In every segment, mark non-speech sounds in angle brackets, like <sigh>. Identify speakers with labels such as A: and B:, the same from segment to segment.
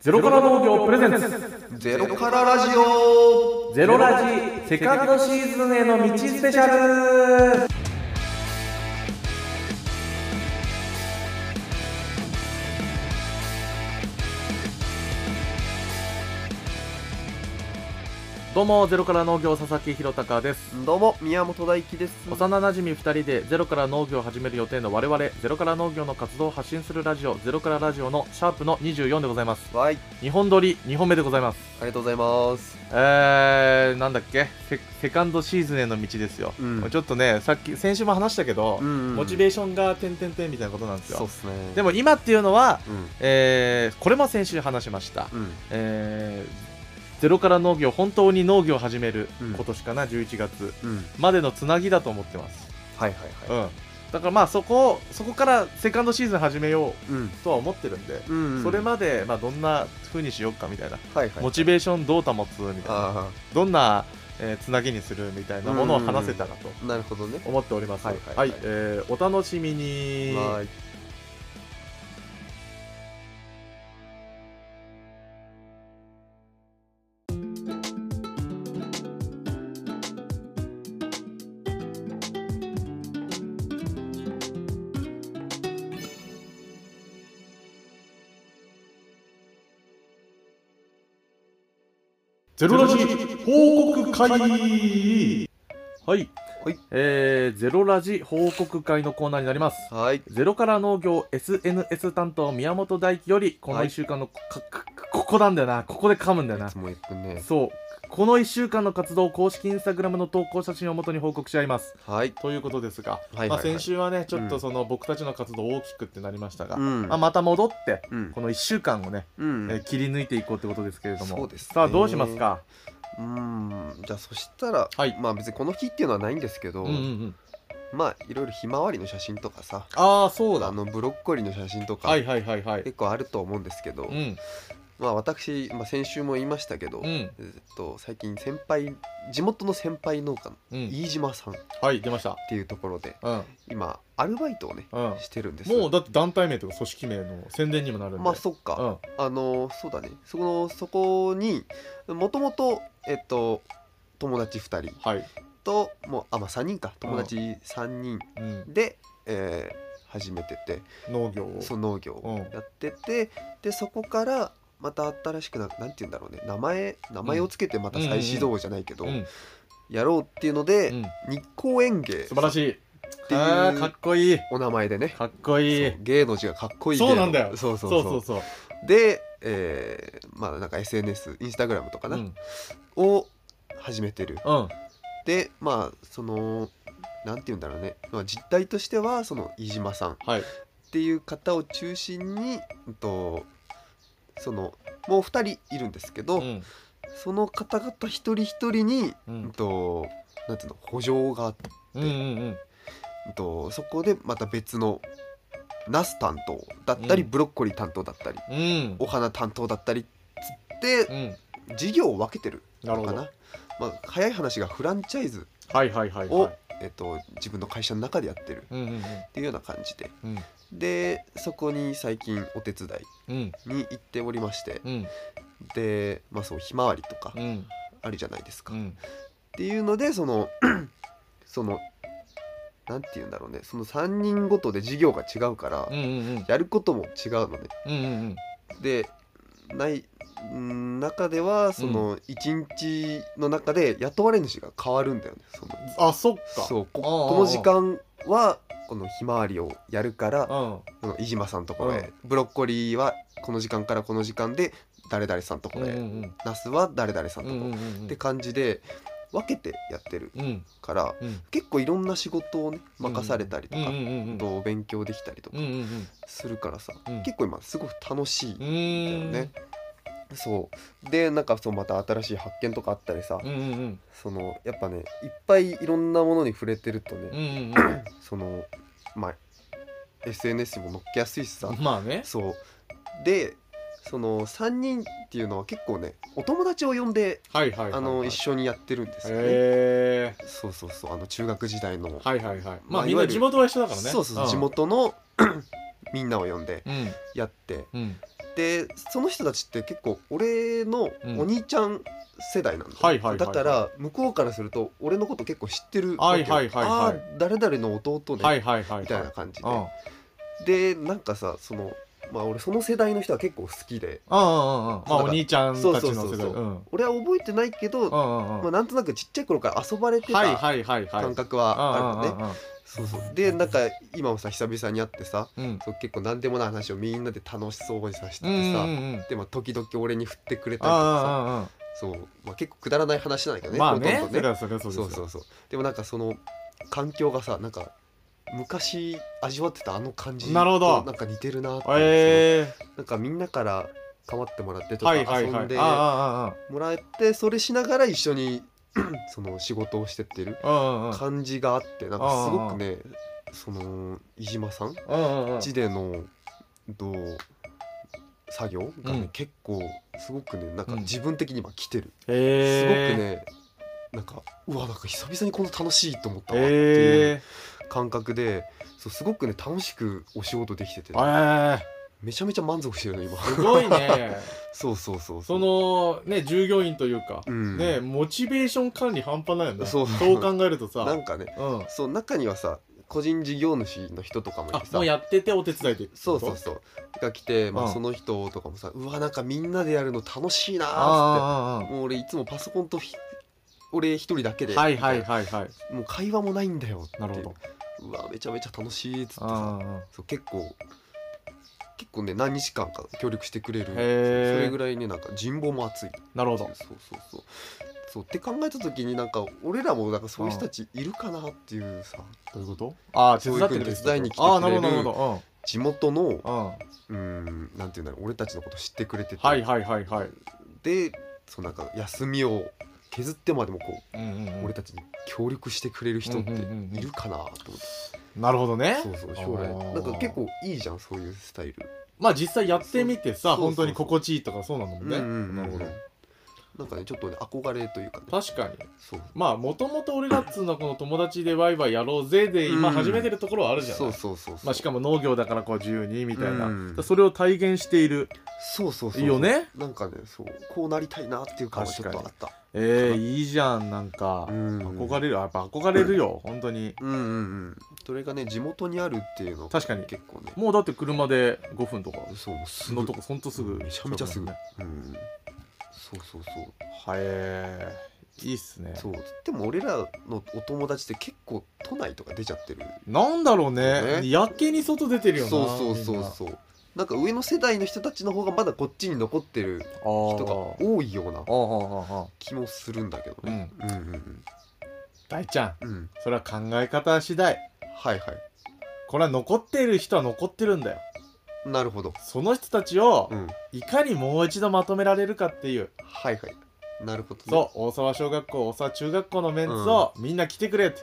A: ゼロから農業プレゼンツ
B: ゼロからラジオ
A: ゼロラジセカンドシーズンへの道スペシャルどうもゼロから農業佐々木弘隆です
B: どうも宮本大輝です
A: 幼なじみ2人でゼロから農業を始める予定の我々ゼロから農業の活動を発信するラジオゼロからラジオのシャープの24でございます
B: はいあ
A: 2本撮り2本目でございます
B: りがとうございます
A: えー、なんだっけセセカンドシーズンへの道ですよ、
B: うん
A: ちょっとねさっき先週も話したけど、
B: ん
A: モチベーションが点々点みたいなことなんです
B: そう
A: よ
B: っすね
A: で
B: も
A: も今っていうのは、
B: うん
A: えーこれも先週話しました、
B: うん
A: えーゼロから農業本当に農業を始める
B: うん
A: 今年かな、11月
B: うん
A: までのつなぎだと思ってます、
B: はいはいは
A: うん、だからまあそこをそこからセカンドシーズン始めよ
B: いうん
A: うとは思ってるんで、
B: うん
A: それまで、まあ、どんな風にしようかみたいな、
B: はいはい
A: モチベーションどう保つみたいな
B: あ
A: どんな、えーつなぎにするみたいなものを話せたらと
B: あなるほどね
A: 思っております。は
B: はいい、はいはい
A: えーお楽しみに。
B: はーい
A: ゼロラジ報告会はい、
B: はい
A: えーゼロラジ報告会のコーナーになります。
B: はい
A: ゼロから農業 SNS 担当宮本大輝よりこの
B: はい
A: 1週間のこ、かかここなんだよなここで噛むんだよ
B: い
A: な
B: つも言ってね
A: そうこの1週間の活動を公式インスタグラムの投稿写真をもとに報告し合います
B: はい
A: ということですが、
B: はいはいはい
A: まあ、先週はねちょっ
B: う
A: と
B: ん
A: その僕たちの活動大きくってなりましたが、
B: うん
A: まあ、また戻って
B: うん
A: この1週間をね、
B: うん
A: えー切り抜いていこうってことですけれども
B: そうですね
A: さあどうしますか、
B: うんじゃあそしたら
A: はい
B: まあ別にこの日っていうのはないんですけど
A: うんうんうん、
B: まあいろいろひまわりの写真とかさ
A: ああそう
B: あ
A: だ
B: のブロッコリーの写真とか
A: はいはいはいはい
B: 結構あると思うんですけど
A: うん
B: まあ私まあ先週も言いましたけど
A: うん
B: えっと最近先輩地元の先輩農家の
A: うん
B: 飯島さんっ
A: はい出ました
B: ていうところで
A: うん
B: 今アルバイトをね
A: うん
B: してるんです
A: もうだって団体名とか組織名の宣伝にもなるんで
B: まあそっか、
A: う
B: あのそうだねそこのそこにもともとえっと友達2人
A: んはい、
B: ともうあまあ3人か友達3人
A: うん、
B: で、えー始めてて
A: 農業を
B: そう農業
A: うん
B: をやってて、でそこからまた新しくななんて言うんだろうね名前名前をつけてまた再始動じゃないけど、
A: うん
B: やろうっていうので、
A: うん
B: 日光園芸
A: 素晴らしい
B: ていう
A: あーかっこいい
B: お名前でね
A: かっこいい
B: そう芸の字がかっこいい芸
A: そう
B: の
A: なんだよ
B: そう
A: そ
B: そううそう
A: そうそう
B: で、えーまあなんか SNS インスタグラムとか
A: う
B: な、
A: ん
B: を始めてる
A: うん
B: でまあそのなんて言うんだろうね、まあ、実態としてはその飯島さんっ
A: はい
B: ていう方を中心にうんとそのもう2人いるんですけど、
A: うん
B: その方々一人一人に、
A: う
B: うん
A: ん
B: となんていうの補助があって、
A: うんうんうん
B: うんとそこでまた別のナス担当だったり、
A: うん
B: ブロッコリー担当だったり
A: うん
B: お花担当だったりっつって
A: うん
B: 事業を分けてる
A: な
B: の
A: る
B: か
A: ほ
B: な
A: ど
B: まあ、早い話がフランチャイズ
A: はいはいはい
B: を、
A: はい
B: えっと、自分の会社の中でやってるっ
A: うんうん
B: ていうような感じで
A: うん
B: でそこに最近お手伝
A: うん
B: いに行っておりまして
A: うん
B: でまあそうひまわりとか
A: うん
B: あるじゃないですか、
A: う
B: っ
A: ん
B: ていうのでそのそのなんて言うんだろうねその3人ごとで事業が違うから、
A: うんうん
B: やることも違うのね
A: うんうんうん
B: でないん中ではその1日の中で雇われ主が変わるんだよねその
A: あそっか
B: そうこ
A: ああああ
B: この時間はこのひまわりをやるから
A: うん
B: その飯島さんところへブロッコリーはこの時間からこの時間で誰々さんところ
A: う
B: へ
A: んうん
B: ナスは誰々さん
A: う
B: とこ
A: んうんう
B: ろへ
A: ん
B: って感じで分けてやってる
A: うん
B: から
A: うん
B: 結構いろんな仕事をね任されたりと
A: うんう
B: か
A: んうんうん
B: あと勉強できたりとか
A: うんうん
B: するからさ
A: うん
B: 結構今すごく楽しい
A: うんう
B: だよ
A: ん
B: ね。そうでなんかそうまた新しい発見とかあったりさ、
A: うんうんうん
B: そのやっぱねいっぱいいろんなものに触れてるとね、
A: うんうんうん
B: そのまあ SNS にも載っけやすいしさ、
A: まあね
B: そうでその3人っていうのは結構ねお友達を呼んで、
A: はいはいはいはい
B: あの一緒にやってるんですよね、
A: へえ
B: そうそうそうあの中学時代の、
A: はいはいはいま
B: ま
A: あ
B: あ
A: みん
B: い
A: な
B: わゆる
A: 地元は一緒だからね
B: <clears throat> そうそうそう、地元のみんなを呼んで
A: うん
B: やって
A: うん
B: でその人たちって結構俺の
A: うん
B: お兄ちゃん世代なんだよ、
A: はいはいはいはい
B: だから向こうからすると俺のこと結構知ってるわけよ、
A: はいはいはいはい
B: ああ誰々の弟ね、
A: はいはいはいはい
B: みたいな感じで、
A: うんうん
B: でなんかさそのまあ俺その世代の人は結構好きで
A: うんうんまあお兄ちゃんたちの世代
B: そうそうそうそう
A: うんうん
B: 俺は覚えてないけど、
A: う
B: ま
A: んう
B: あ、
A: ん
B: なんとなくちっちゃい頃から遊ばれて
A: はい
B: た
A: はいはいはい
B: 感覚はあるのね、
A: う
B: そうそうでなんか今もさ久々に会ってさ
A: んうんうんうん
B: そう結構何でもない話をみんなで楽しそうにさして
A: う
B: て
A: ん
B: さ、
A: うんうん
B: でまあ時々俺に振ってくれたりとかさ
A: あ
B: そう、まあ、結構くだらない話なんだけ
A: あ
B: どね
A: まあね
B: ほと
A: そ
B: んど
A: れ
B: ね
A: はそれはそ
B: そうう
A: ですよ
B: そうそうでもなんかその環境がさなんか昔味わってたあの感じ
A: なるほど
B: となんか似てるなっていう
A: え
B: そのなんかみんなから構ってもらって
A: え
B: とか
A: はい
B: 遊
A: はいはい
B: んで
A: あああ
B: もらってそれしながら一緒に <clears throat> その仕事をしてってる
A: あああ
B: 感じがあってなんかすごくねその飯島さん
A: うんうんうんうん
B: 地でのどう作業がね、
A: うん
B: 結構すごくねなんか
A: うん
B: 自分的に今来てる、すごく
A: へえ
B: ねなんかうわなんか久々にこんな楽しいと思ったわっていう
A: え
B: 感覚で、そうすごくね楽しくお仕事できてて
A: ええ
B: めちゃめちゃ満足してるの
A: <laughs>
B: 今
A: えすごいね
B: そうそうそう
A: そうのね従業員というか
B: うん
A: ねモチベーション管理半端ないよね
B: そう
A: そう考えると
B: な
A: さ
B: んかね
A: うん
B: そう中にはさ個人事業主の人とかもい
A: あ
B: てさ
A: もうやっててお手伝いで
B: そうそうそうが来て、ま
A: う
B: あ、
A: ん
B: その人とかもさ、うわなんかみんなでやるの楽しいなーっつって
A: あああああ
B: もう俺いつもパソコンとひ俺一人だけで、
A: あはいはいはいはい
B: もう会話もないんだよっていう
A: なるほど
B: うわめちゃめちゃ楽しいっつって
A: あ
B: さ
A: あ
B: そう結構結構ね何日間か協力してくれるそ
A: へー
B: れぐらいねなんか人望も厚いってい
A: なるほ
B: うそう
A: ど
B: そうそうそうって考えた時になんか俺らもなんかそういう人たちいるかなっていうさ
A: どういうことああ手伝って
B: そうい
A: る
B: う風に手伝いに来てくれる
A: ああなるほどなるほ
B: 地元の
A: どうんうん
B: うんなんていうんだろう俺たちのこと知ってくれてて、
A: はいはいはいはい
B: でそうなんか休みを削ってまでもこう
A: うんうんう
B: 俺
A: ん
B: たちに協力してくれる人っ
A: う
B: て
A: んうんうんうん
B: いるかなと思って
A: なるほどね
B: そうそう将来
A: あー
B: なんか結構いいじゃんそういうスタイル
A: まあ実際やってみてさ
B: そうそうそう
A: 本当に心地いいとかそうなんだもんねなるほど
B: なんかねちょっとね憧れというかね
A: 確かに
B: そう
A: まあもともと俺らっつうのはこの友達でワイワイやろうぜで今
B: うん
A: 始めてるところはあるじゃない、
B: そうそうそうそう
A: まあ、しかも農業だからこう自由にみたいな、
B: うん
A: それを体現している
B: そうそうそうい
A: よね
B: なんかねそうこうなりたいなっていう感はちょっとあった
A: えー、いいじゃんなんか、
B: うん
A: 憧れるあやっぱ憧れるよ、本当に
B: うんうんうんそれがね地元にあるっていうの
A: 確かに
B: 結構ね
A: もうだって車で5分とか
B: そうもうすぐ
A: のとこほんとすぐ
B: めちゃめちゃすぐ
A: 近
B: うん
A: くなんだ
B: そうそうそう
A: ねはえー、いいっすね
B: そうでも俺らのお友達って結構都内とか出ちゃってる
A: なんだろうね
B: ね
A: やけに外出てるよな
B: そうそうそう
A: う
B: そうなんか上の世代の人たちの方がまだこっちに残ってる人が
A: あ
B: 多いような
A: ああああああ
B: 気もするんだけど
A: う
B: ね、
A: ん
B: うん、うん
A: 大ちゃん
B: うんうん
A: それは考え方次第
B: はいはい
A: これは残っている人は残ってるんだよ
B: なるほど
A: その人たちを
B: うん
A: いかにもう一度まとめられるかっていう
B: はいはいなるほど、ね、
A: そう大沢小学校大沢中学校のメンツをみんな来てくれって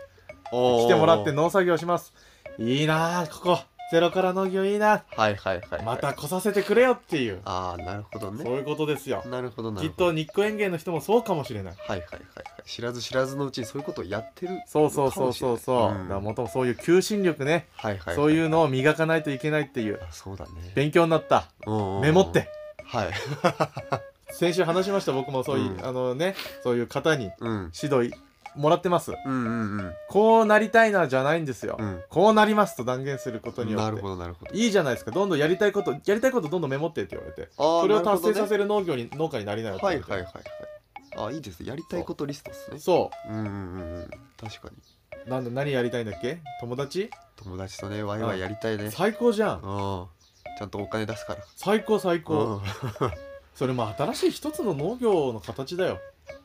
B: おー
A: 来てもらって農作業しますいいなあここゼロから農業いいな
B: はいはいはい、はい、
A: また来させてくれよっていう
B: ああなるほど
A: そう
B: ね
A: いうことですよ
B: なるほどな
A: き
B: る
A: っ
B: ほど
A: と日光園芸の人もそうかもしれない
B: はいはいはいはい知らず知らずのうちにそういうことをやってる
A: そうそうそうそうそう、
B: かもしれないう
A: だ
B: ん
A: からもともそういう求心力ね、
B: はいはい、
A: そう
B: う
A: いうのを磨かないといけないっていう
B: そうだね
A: 勉強になったメモって
B: はい
A: 先週話しました僕もそういう、
B: うん
A: あのねそういう方に
B: うん
A: 指導いもらってます
B: うんうんうん
A: こうなりたいなじゃないんですよ、
B: うん
A: こうなりますと断言することによって
B: なるほどなるほど
A: いいじゃないですかどんどんやりたいことやりたいことどんどんメモってって言われて
B: あー
A: それを
B: なるほ
A: 達
B: ど
A: 成さ
B: ね
A: せる農業に農家になりなよって
B: はい
A: 言われて
B: はいはいはいあいいですやりたいことリストですね
A: そ
B: うんうんうんうん確かに
A: うなんだ何やりたいんだっけ友達
B: 友達とねワイワイやりたいねうんち
A: 最高じゃん
B: ゃんとお金出すから
A: 最高最
B: うん
A: 高、
B: あ
A: それも新しい一つの農業の形だよ、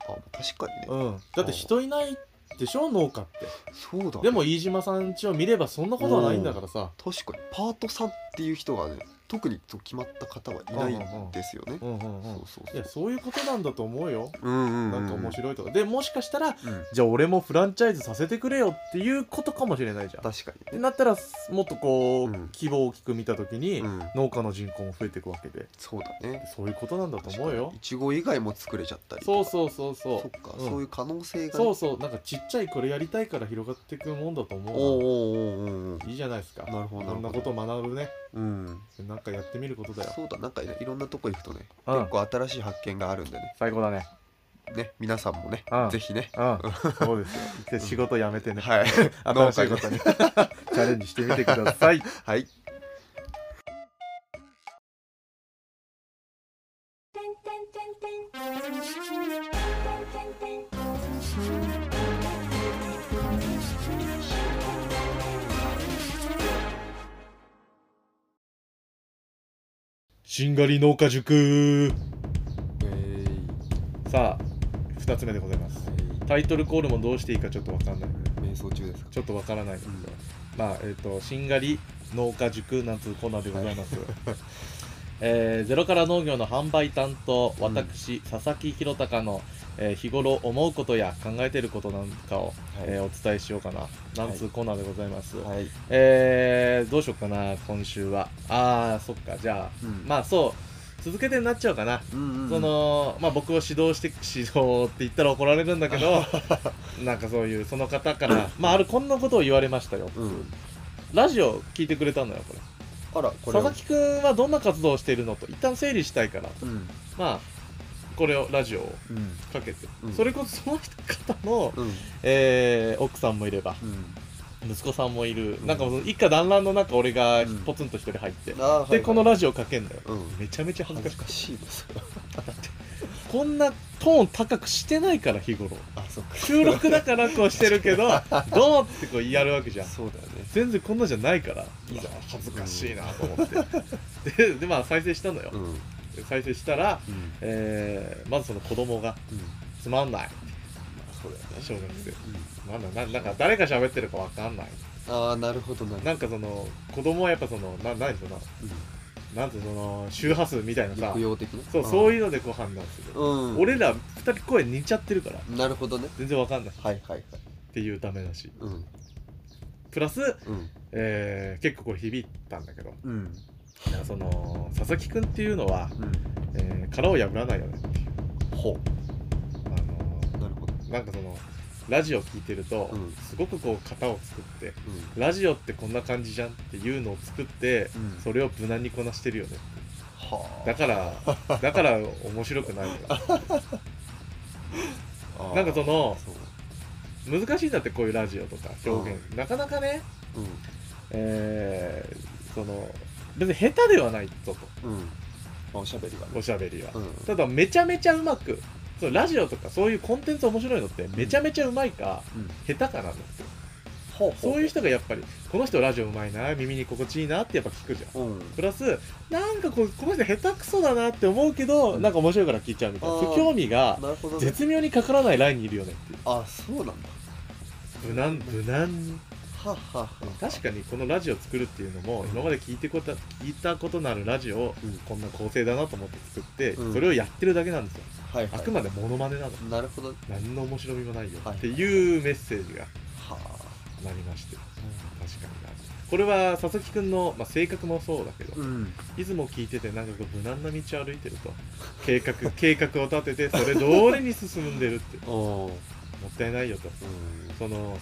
B: 確かに
A: う
B: ね
A: ん、だって人いないでしょ農家って
B: そうだね
A: でも飯島さん家を見ればそんなことはないんだからさ
B: 確かにパートさんっていう人がね特にそう決まった方はいないんですよね
A: うんうんう
B: そ
A: ん
B: うそう
A: い
B: そ
A: や
B: う
A: そういうことなんだと思うよ
B: うんうん
A: なんか面白いとかでもしかしたら
B: いうん
A: じゃあ俺もフランチャイズさせてくれよっていうことかもしれないじゃん
B: 確か
A: って
B: にね
A: なったらもっとこう、
B: うん
A: 希望を大きく見た時に、
B: うん
A: 農家の人口も増えていくわけで
B: そうだね
A: そういうことなんだと思うよ
B: いちご以外も作れちゃったり
A: そう
B: とか
A: そうそうそう
B: そっか
A: うん
B: そういう可能性がね
A: そうそうなんかちっちゃいこれやりたいから広がっていくもんだと
B: おう
A: 思う
B: おうおうおうおう
A: ないいじゃないですか
B: なるほど
A: いろんなことを学ぶね
B: うん
A: なんかやってみることだよ
B: そうだなんかねいろんなとこ行くとね、
A: うん
B: 結構新しい発見があるんでね
A: 最高だね
B: ね皆さんもね、
A: うん
B: ぜひね
A: うんそう <laughs> ですよで仕事辞めてね、
B: はい
A: 新しいことに <laughs> チャレンジしてみてください
B: はい
A: しんがり農家塾
B: えー
A: さあ2つ目でございます
B: え
A: タイトルコールもどうしていいかちょっとわかんない
B: ー瞑想中ですか
A: ちょっとわからないので、
B: うん
A: まあえっ、としんがり農家塾なんつうコーナーでござい <laughs> ます、えーゼロから農業の販売担当私、佐々木弘隆の、えー日頃思うことや考えていることなんかを、えーお伝えしようかななんつうコーナーでございます、
B: はい、はい
A: えーどうしようかな今週はあーそっかじゃあ
B: うん
A: まあそう続けてになっちゃうかな
B: うんうんうん
A: そのまあ、僕を指導して <laughs> 指導って言ったら怒られるんだけどなんかそういうその方からまああるこんなことを言われましたよ
B: うん
A: ラジオ聞いてくれたのよこれ
B: あらこれ
A: 佐々木くんはどんな活動をしているのと一旦整理したいから
B: うん
A: まあこれをラジオを
B: うん
A: かけて、
B: うん
A: それこそその方の、
B: うん
A: えー奥さんもいれば
B: うん
A: 息子さんもいる、
B: うん
A: なんかもう一家団らんの中俺が
B: うん
A: ポツンと一人入って、
B: あーはい
A: でこのラジオかけんのよ
B: うん
A: めちゃめちゃ恥ずか
B: 恥
A: し
B: ず
A: い
B: かしいです
A: こんなトーン高くしてないから日頃
B: あそっか
A: 収録だからこうしてるけ <laughs> どどうってこうやるわけじゃん
B: そうだよね
A: 全然こんなじゃないからいや恥ずかしいなと思って、ででまあ再生したのよ、
B: うんうん
A: 再生したら、
B: うん
A: えーまずその子供が「つまんない
B: そうだよね」
A: 小学生
B: うん
A: 「つまんない」ななんか誰が喋ってるかわかんない
B: ああなるほどなるほど
A: なんかその子供はやっぱそのな何その
B: うん
A: なんてその周波数みたいなさ
B: 抑揚的な
A: そうそう
B: い
A: いうのでこう判断する、
B: う、うん、
A: 俺ら2人声似ちゃってるから
B: なるほどね
A: 全然わかんないっ
B: はいはいはい
A: ていうダメだし
B: うん
A: プラス
B: うん
A: えー結構これ響いたんだけど
B: うん
A: その佐々木くんっていうのは、
B: うん
A: えー殻を破らないよねっていう
B: ほ
A: あの
B: うなるほど
A: ーなんかそのラジオ聞いてると、
B: うん
A: すごくこう型を作って
B: うん
A: ラジオってこんな感じじゃんっていうのを作って、
B: うん
A: それを無難にこなしてるよね
B: は
A: だ
B: <laughs>
A: からだから面白くないのよ
B: あ
A: なんかその
B: そう
A: 難しいんだってこういうラジオとか表現、なかなかね、えーその別に下手ではないぞと
B: うんうんまあおしゃべりはね
A: おしゃべりは
B: う、ん
A: ただめちゃめちゃうまくそのラジオとかそういうコンテンツ面白いのってめちゃめちゃうまいか、
B: うん
A: 下手かなんですよ
B: ほう
A: そういう人がやっぱりこの人ラジオうまいな耳に心地いいなってやっぱ聞くじゃん
B: うん
A: プラスなんかこうこの人下手くそだなって思うけど、
B: うん
A: なんか面白いから聞いちゃうみたいな
B: あー
A: そう興味が
B: なるほどね
A: 絶妙にかからないラインにいるよねってい
B: あそうなんだ
A: う無難無難に
B: はあはあはあ
A: 確かにこのラジオ作るっていうのも今まで聞いてこた聞いたことのあるラジオを
B: うん
A: こんな構成だなと思って作って、
B: うん
A: それをやってるだけなんですよ
B: はいは
A: あ
B: い
A: くまでモノマネなの
B: なるほど
A: 何の面白みもないよ
B: はい
A: っていうメッセージが
B: は
A: なりまして確
B: あ
A: かになこれは佐々木くんの、まあ、性格もそうだけど、
B: うん
A: いつも聞いててなんかこう無難な道を歩いてると計画 <laughs> 計画を立ててそれ通りに進んでるって
B: おお
A: もったいないよと
B: うん
A: その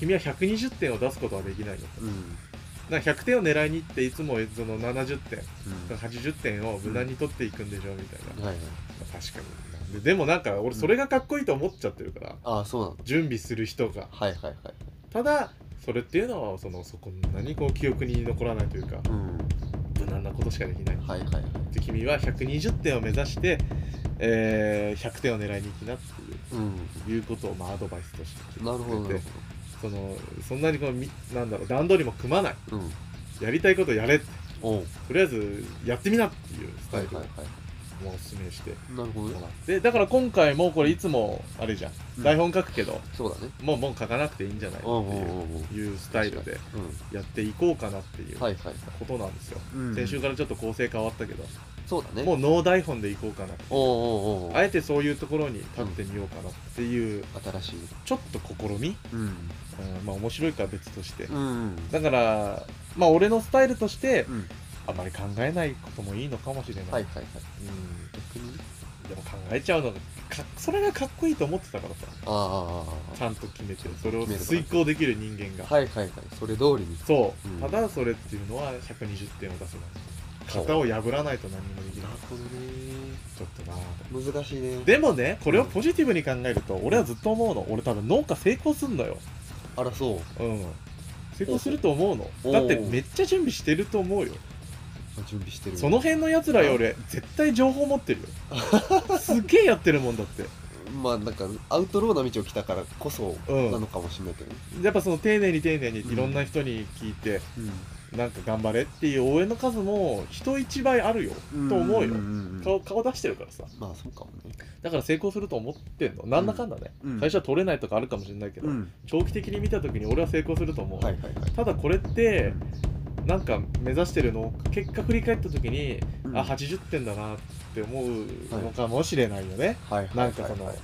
A: 君は120点を出すことはできないよ
B: うん
A: なんか100点を狙いに行っていつもその70点
B: うん
A: 80点を無難に取っていくんでしょみたいな、ま
B: はいはい
A: あ確かにででもなんか俺それがかっこいいと思っちゃってるから
B: あそうなんだ
A: 準備する人が
B: はいはいはい
A: ただそれっていうのはそのそこんなにこう記憶に残らないというか
B: うん
A: 無難なことしかできない
B: はいはいはい
A: で君は120点を目指して、えー100点を狙いに行きなっていう
B: うん
A: いうことをまあアドバイスとして
B: なるほどなる
A: そのそんなにこうみなんだろう段取りも組まない
B: ほどうん
A: やりたいことやれって
B: おお
A: とりあえずやってみなっていうスタ
B: は
A: イ
B: い
A: ル
B: は
A: を
B: いはい
A: おすすめして
B: なるほ
A: も
B: どね
A: らってだから今回もこれいつもあれじゃん、
B: うん
A: 台本書くけど
B: そうだね
A: もうもう書かなくていいんじゃないって
B: お
A: い
B: うおうおうおう
A: ういうスタイルで
B: う
A: やっていこうかなっていうん
B: はいはいはい
A: ことなんですよ、
B: うん
A: 先週からちょっと構成変わったけど、
B: そうだね
A: もうノー台本でいこうかな
B: おおおうおうおう
A: あえてそういうところに立ってみようかなっていう、
B: 新しい
A: ちょっと試み、
B: うん
A: うんまあ面白いかは別として、
B: うん
A: だからまあ俺のスタイルとして
B: うん
A: あまり考えないこともいいのかもしれない、
B: はいはいはい
A: うん
B: 逆に
A: でも考えちゃうのがかそれがかっこいいと思ってたからさ
B: あ
A: ちゃんと決めてそれを遂行できる人間が、
B: あはいはいはいそれ通りに
A: そう、
B: うん
A: ただそれっていうのは120点を出せない型を破らないと何もできない
B: ほど
A: ちょっとなぁ
B: ね難しいね
A: でもねこれをポジティブに考えると、俺はずっと思うの俺多分農家成功すんのよ
B: あらそう
A: うん成功すると思うの
B: おう
A: だってめっちゃ準備してると思うよ
B: あ準備してる
A: その辺のやつらより絶対情報持ってる <laughs> よすげえやってるもんだって
B: まあなんかアウトローな道を来たからこそ
A: うん
B: なのかもしれないけど、
A: やっぱその丁寧に丁寧にいろんな人に聞いて、なんか頑張れっていう応援の数も人一倍あるよと思うよ
B: んんん
A: 顔顔出してるからさ
B: まあそうかもね
A: だから成功すると思ってんのなんだかんだね、
B: うん
A: 最初は取れないとかあるかもしれないけど、
B: うん
A: 長期的に見た時に俺は成功すると思う、
B: はいはいはい
A: ただこれってなんか目指してるのを結果振り返った時に、
B: うん
A: あ80点だなって思うのかもしれないよね、
B: はいはい
A: なんかその、
B: はいはい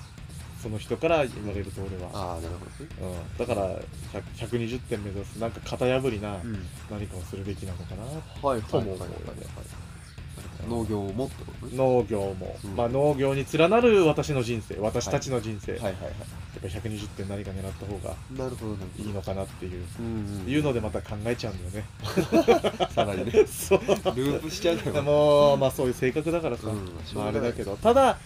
A: その人から言われると俺は、
B: ああなるほどね
A: うん、だから100 120点目指すなんか型破りな
B: うん
A: 何かをするべきなのかな、
B: はい
A: と
B: はいはい
A: も
B: はい
A: 思うよね
B: 農業をもってことね
A: 農業も、
B: うん
A: まあ、農業に連なる私の人生私たちの人生、
B: はい
A: やっ
B: はいはい
A: ぱ120点何か狙った方が
B: なるほどなるほ
A: い
B: ど
A: いのかなっていう、
B: うんうん
A: いうのでまた考えちゃうんだ
B: <laughs>
A: よ
B: さらにね
A: <laughs> ねそう
B: ループしちゃうか
A: で
B: ら
A: もまあそういう性格だからさ、
B: うん
A: まあ、あれだけどただ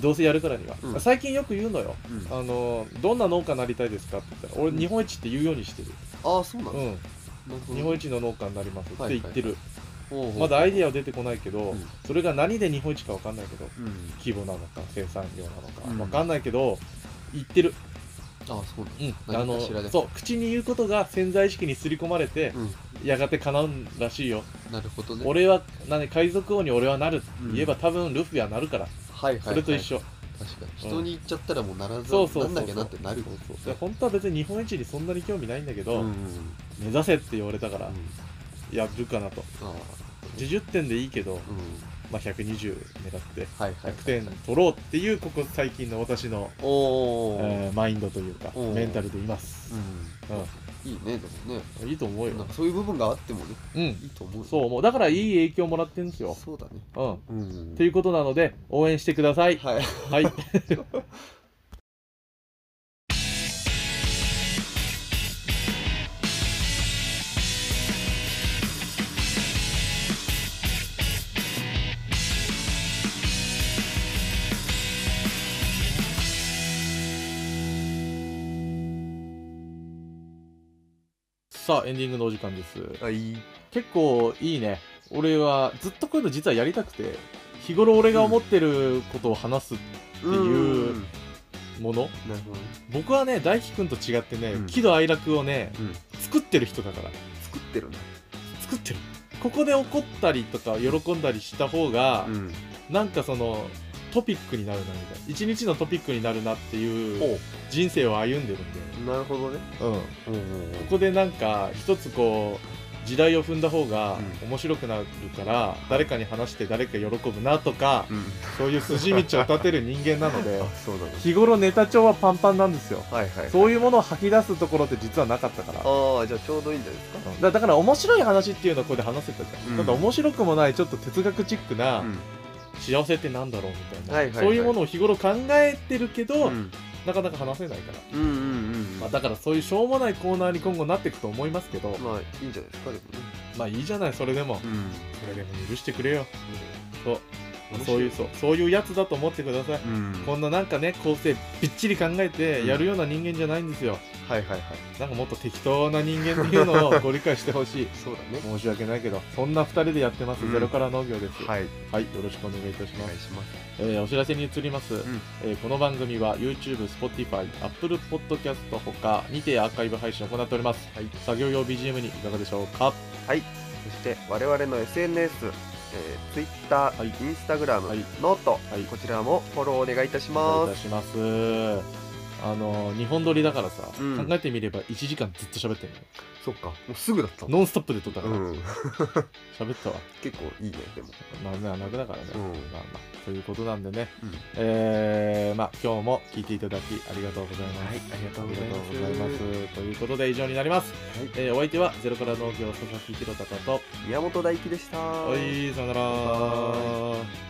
A: どうせやるからには、
B: うん
A: 最近よく言うのよ
B: うん
A: あのどんな農家になりたいですかって言ったら俺
B: うん
A: 日本一って言うようにしてる、
B: ああそうな
A: うん
B: だなるほど
A: 日本一の農家になりますって言ってる、
B: ほうほう
A: まだアイディアは出てこないけど、
B: うん
A: それが何で日本一か分かんないけど
B: うん
A: 規模なのか生産量なのか
B: うん
A: 分かんないけど、言ってる、
B: ああそうなんだ
A: うんあ
B: 何
A: の
B: かしらで
A: そう口に言うことが潜在意識に刷り込まれて、
B: うん
A: やがて叶うらしいよ
B: なるほどね
A: 俺は何海賊王に俺はなるって言えば、
B: う
A: 多分ルフィはなるから
B: はいはいはい
A: それと一緒、
B: 確かに
A: うん
B: 人に言っちゃったらもうならず
A: そうそうそ
B: な
A: うん
B: なきゃなってなる
A: そうそうで本当は別に日本一にそんなに興味ないんだけど、
B: うんうん
A: 目指せって言われたから
B: うん
A: やるかなと
B: あ
A: 20点でいいけど
B: あ、うん
A: まあ、120狙って
B: はいはい
A: 100点取ろうっていうここ最近の私の、
B: おおー
A: えーマインドというか
B: おー
A: メンタルでいます、
B: うんいいねでもね
A: うんいいと思う
B: なん
A: よ
B: かそういう部分があってもね
A: うん
B: いいと思う
A: そう思うだからいい影響もらってるんですよ
B: そうだね
A: うん
B: うん
A: ということなので応援してください
B: はい
A: はいさあエンディングのお時間です
B: はい
A: 結構いいね俺はずっとこういうの実はやりたくて日頃俺が思ってることを話す
B: って
A: いうもの、
B: なるほどね
A: 僕はね大輝くんと違ってね、
B: うん
A: 喜怒哀楽をね
B: うん
A: 作ってる人だから
B: 作ってるね
A: 作ってるここで怒ったりとか喜んだりした方が、
B: ん
A: なんかそのトピックになるなみたいな一日のトピックになるなっていう
B: お
A: 人生を歩んでるんで、
B: なるほどね
A: うん、こ
B: うんうん
A: こでなんか一つこう時代を踏んだ方が
B: う
A: 面白くなるから、誰かに話して誰か喜ぶなとか、そういう筋道を立てる人間なので
B: <laughs> あそうだね
A: 日頃ネタ帳はパンパンなんですよ
B: はいはい
A: そういうものを吐き出すところって実はなかったから
B: ああじゃあちょうどいいんじゃないですか
A: だだから面白い話っていうのはここで話せたじゃん、
B: うん
A: ただ面白くもないちょっと哲学チックな
B: うん
A: 幸せってなんだろうみたいな、
B: はいはいはい
A: そういうものを日頃考えてるけど、
B: うん
A: なかなか話せないから、
B: うんうんうん
A: まあ、だからそういうしょうもないコーナーに今後なっていくと思いますけど、
B: まあいいんじゃないですかでもね
A: まあいいじゃないそれでも、
B: うん
A: それでも許してくれよそう
B: 面
A: そう
B: 白
A: い
B: いう
A: そうそういうやつだと思ってください、
B: うん
A: こんななんかね構成びっちり考えてやるような人間じゃないんですよ、
B: はいはいはい
A: なんかもっと適当な人間っていうのをご理解してほしい
B: そうだね
A: 申し訳ないけどそんな2人でやってます、
B: うん
A: ゼロから農業です
B: はい
A: はい、よろしくお願いいたし
B: お
A: ま
B: 願
A: す
B: い。します
A: えーお知らせに移ります、
B: ん
A: えーこの番組は YouTube、Spotify、Apple Podcast ほかにてアーカイブ配信を行っております。
B: はい
A: 作業用 BGM にいかがでしょうか
B: そして我々の SNS、えー、Twitter、
A: い
B: Instagram、
A: はい
B: ノート、
A: い
B: こちらもフォローお願いいたし
A: お願いい
B: ま
A: た
B: す。
A: します。あのー、日本撮りだからさ、
B: うん
A: 考えてみれば1時間ずっと喋ってるの
B: そっか、もうすぐだった
A: よ。ノンストップで撮ったから、
B: うん、
A: 喋ったわ。
B: 結構いいね、でも。
A: まあね、泣くだからね。
B: うん
A: まあまあ、ということなんでね、
B: うん
A: えー、まあ今日も聞いていただきありがとうございます。
B: はいありがとうございます
A: ありがとうございますということで以上になります。
B: はい、
A: えー、お相手はゼロから農業佐々木弘隆と
B: 宮本大輝でした。
A: はいさよな
B: バイ
A: ら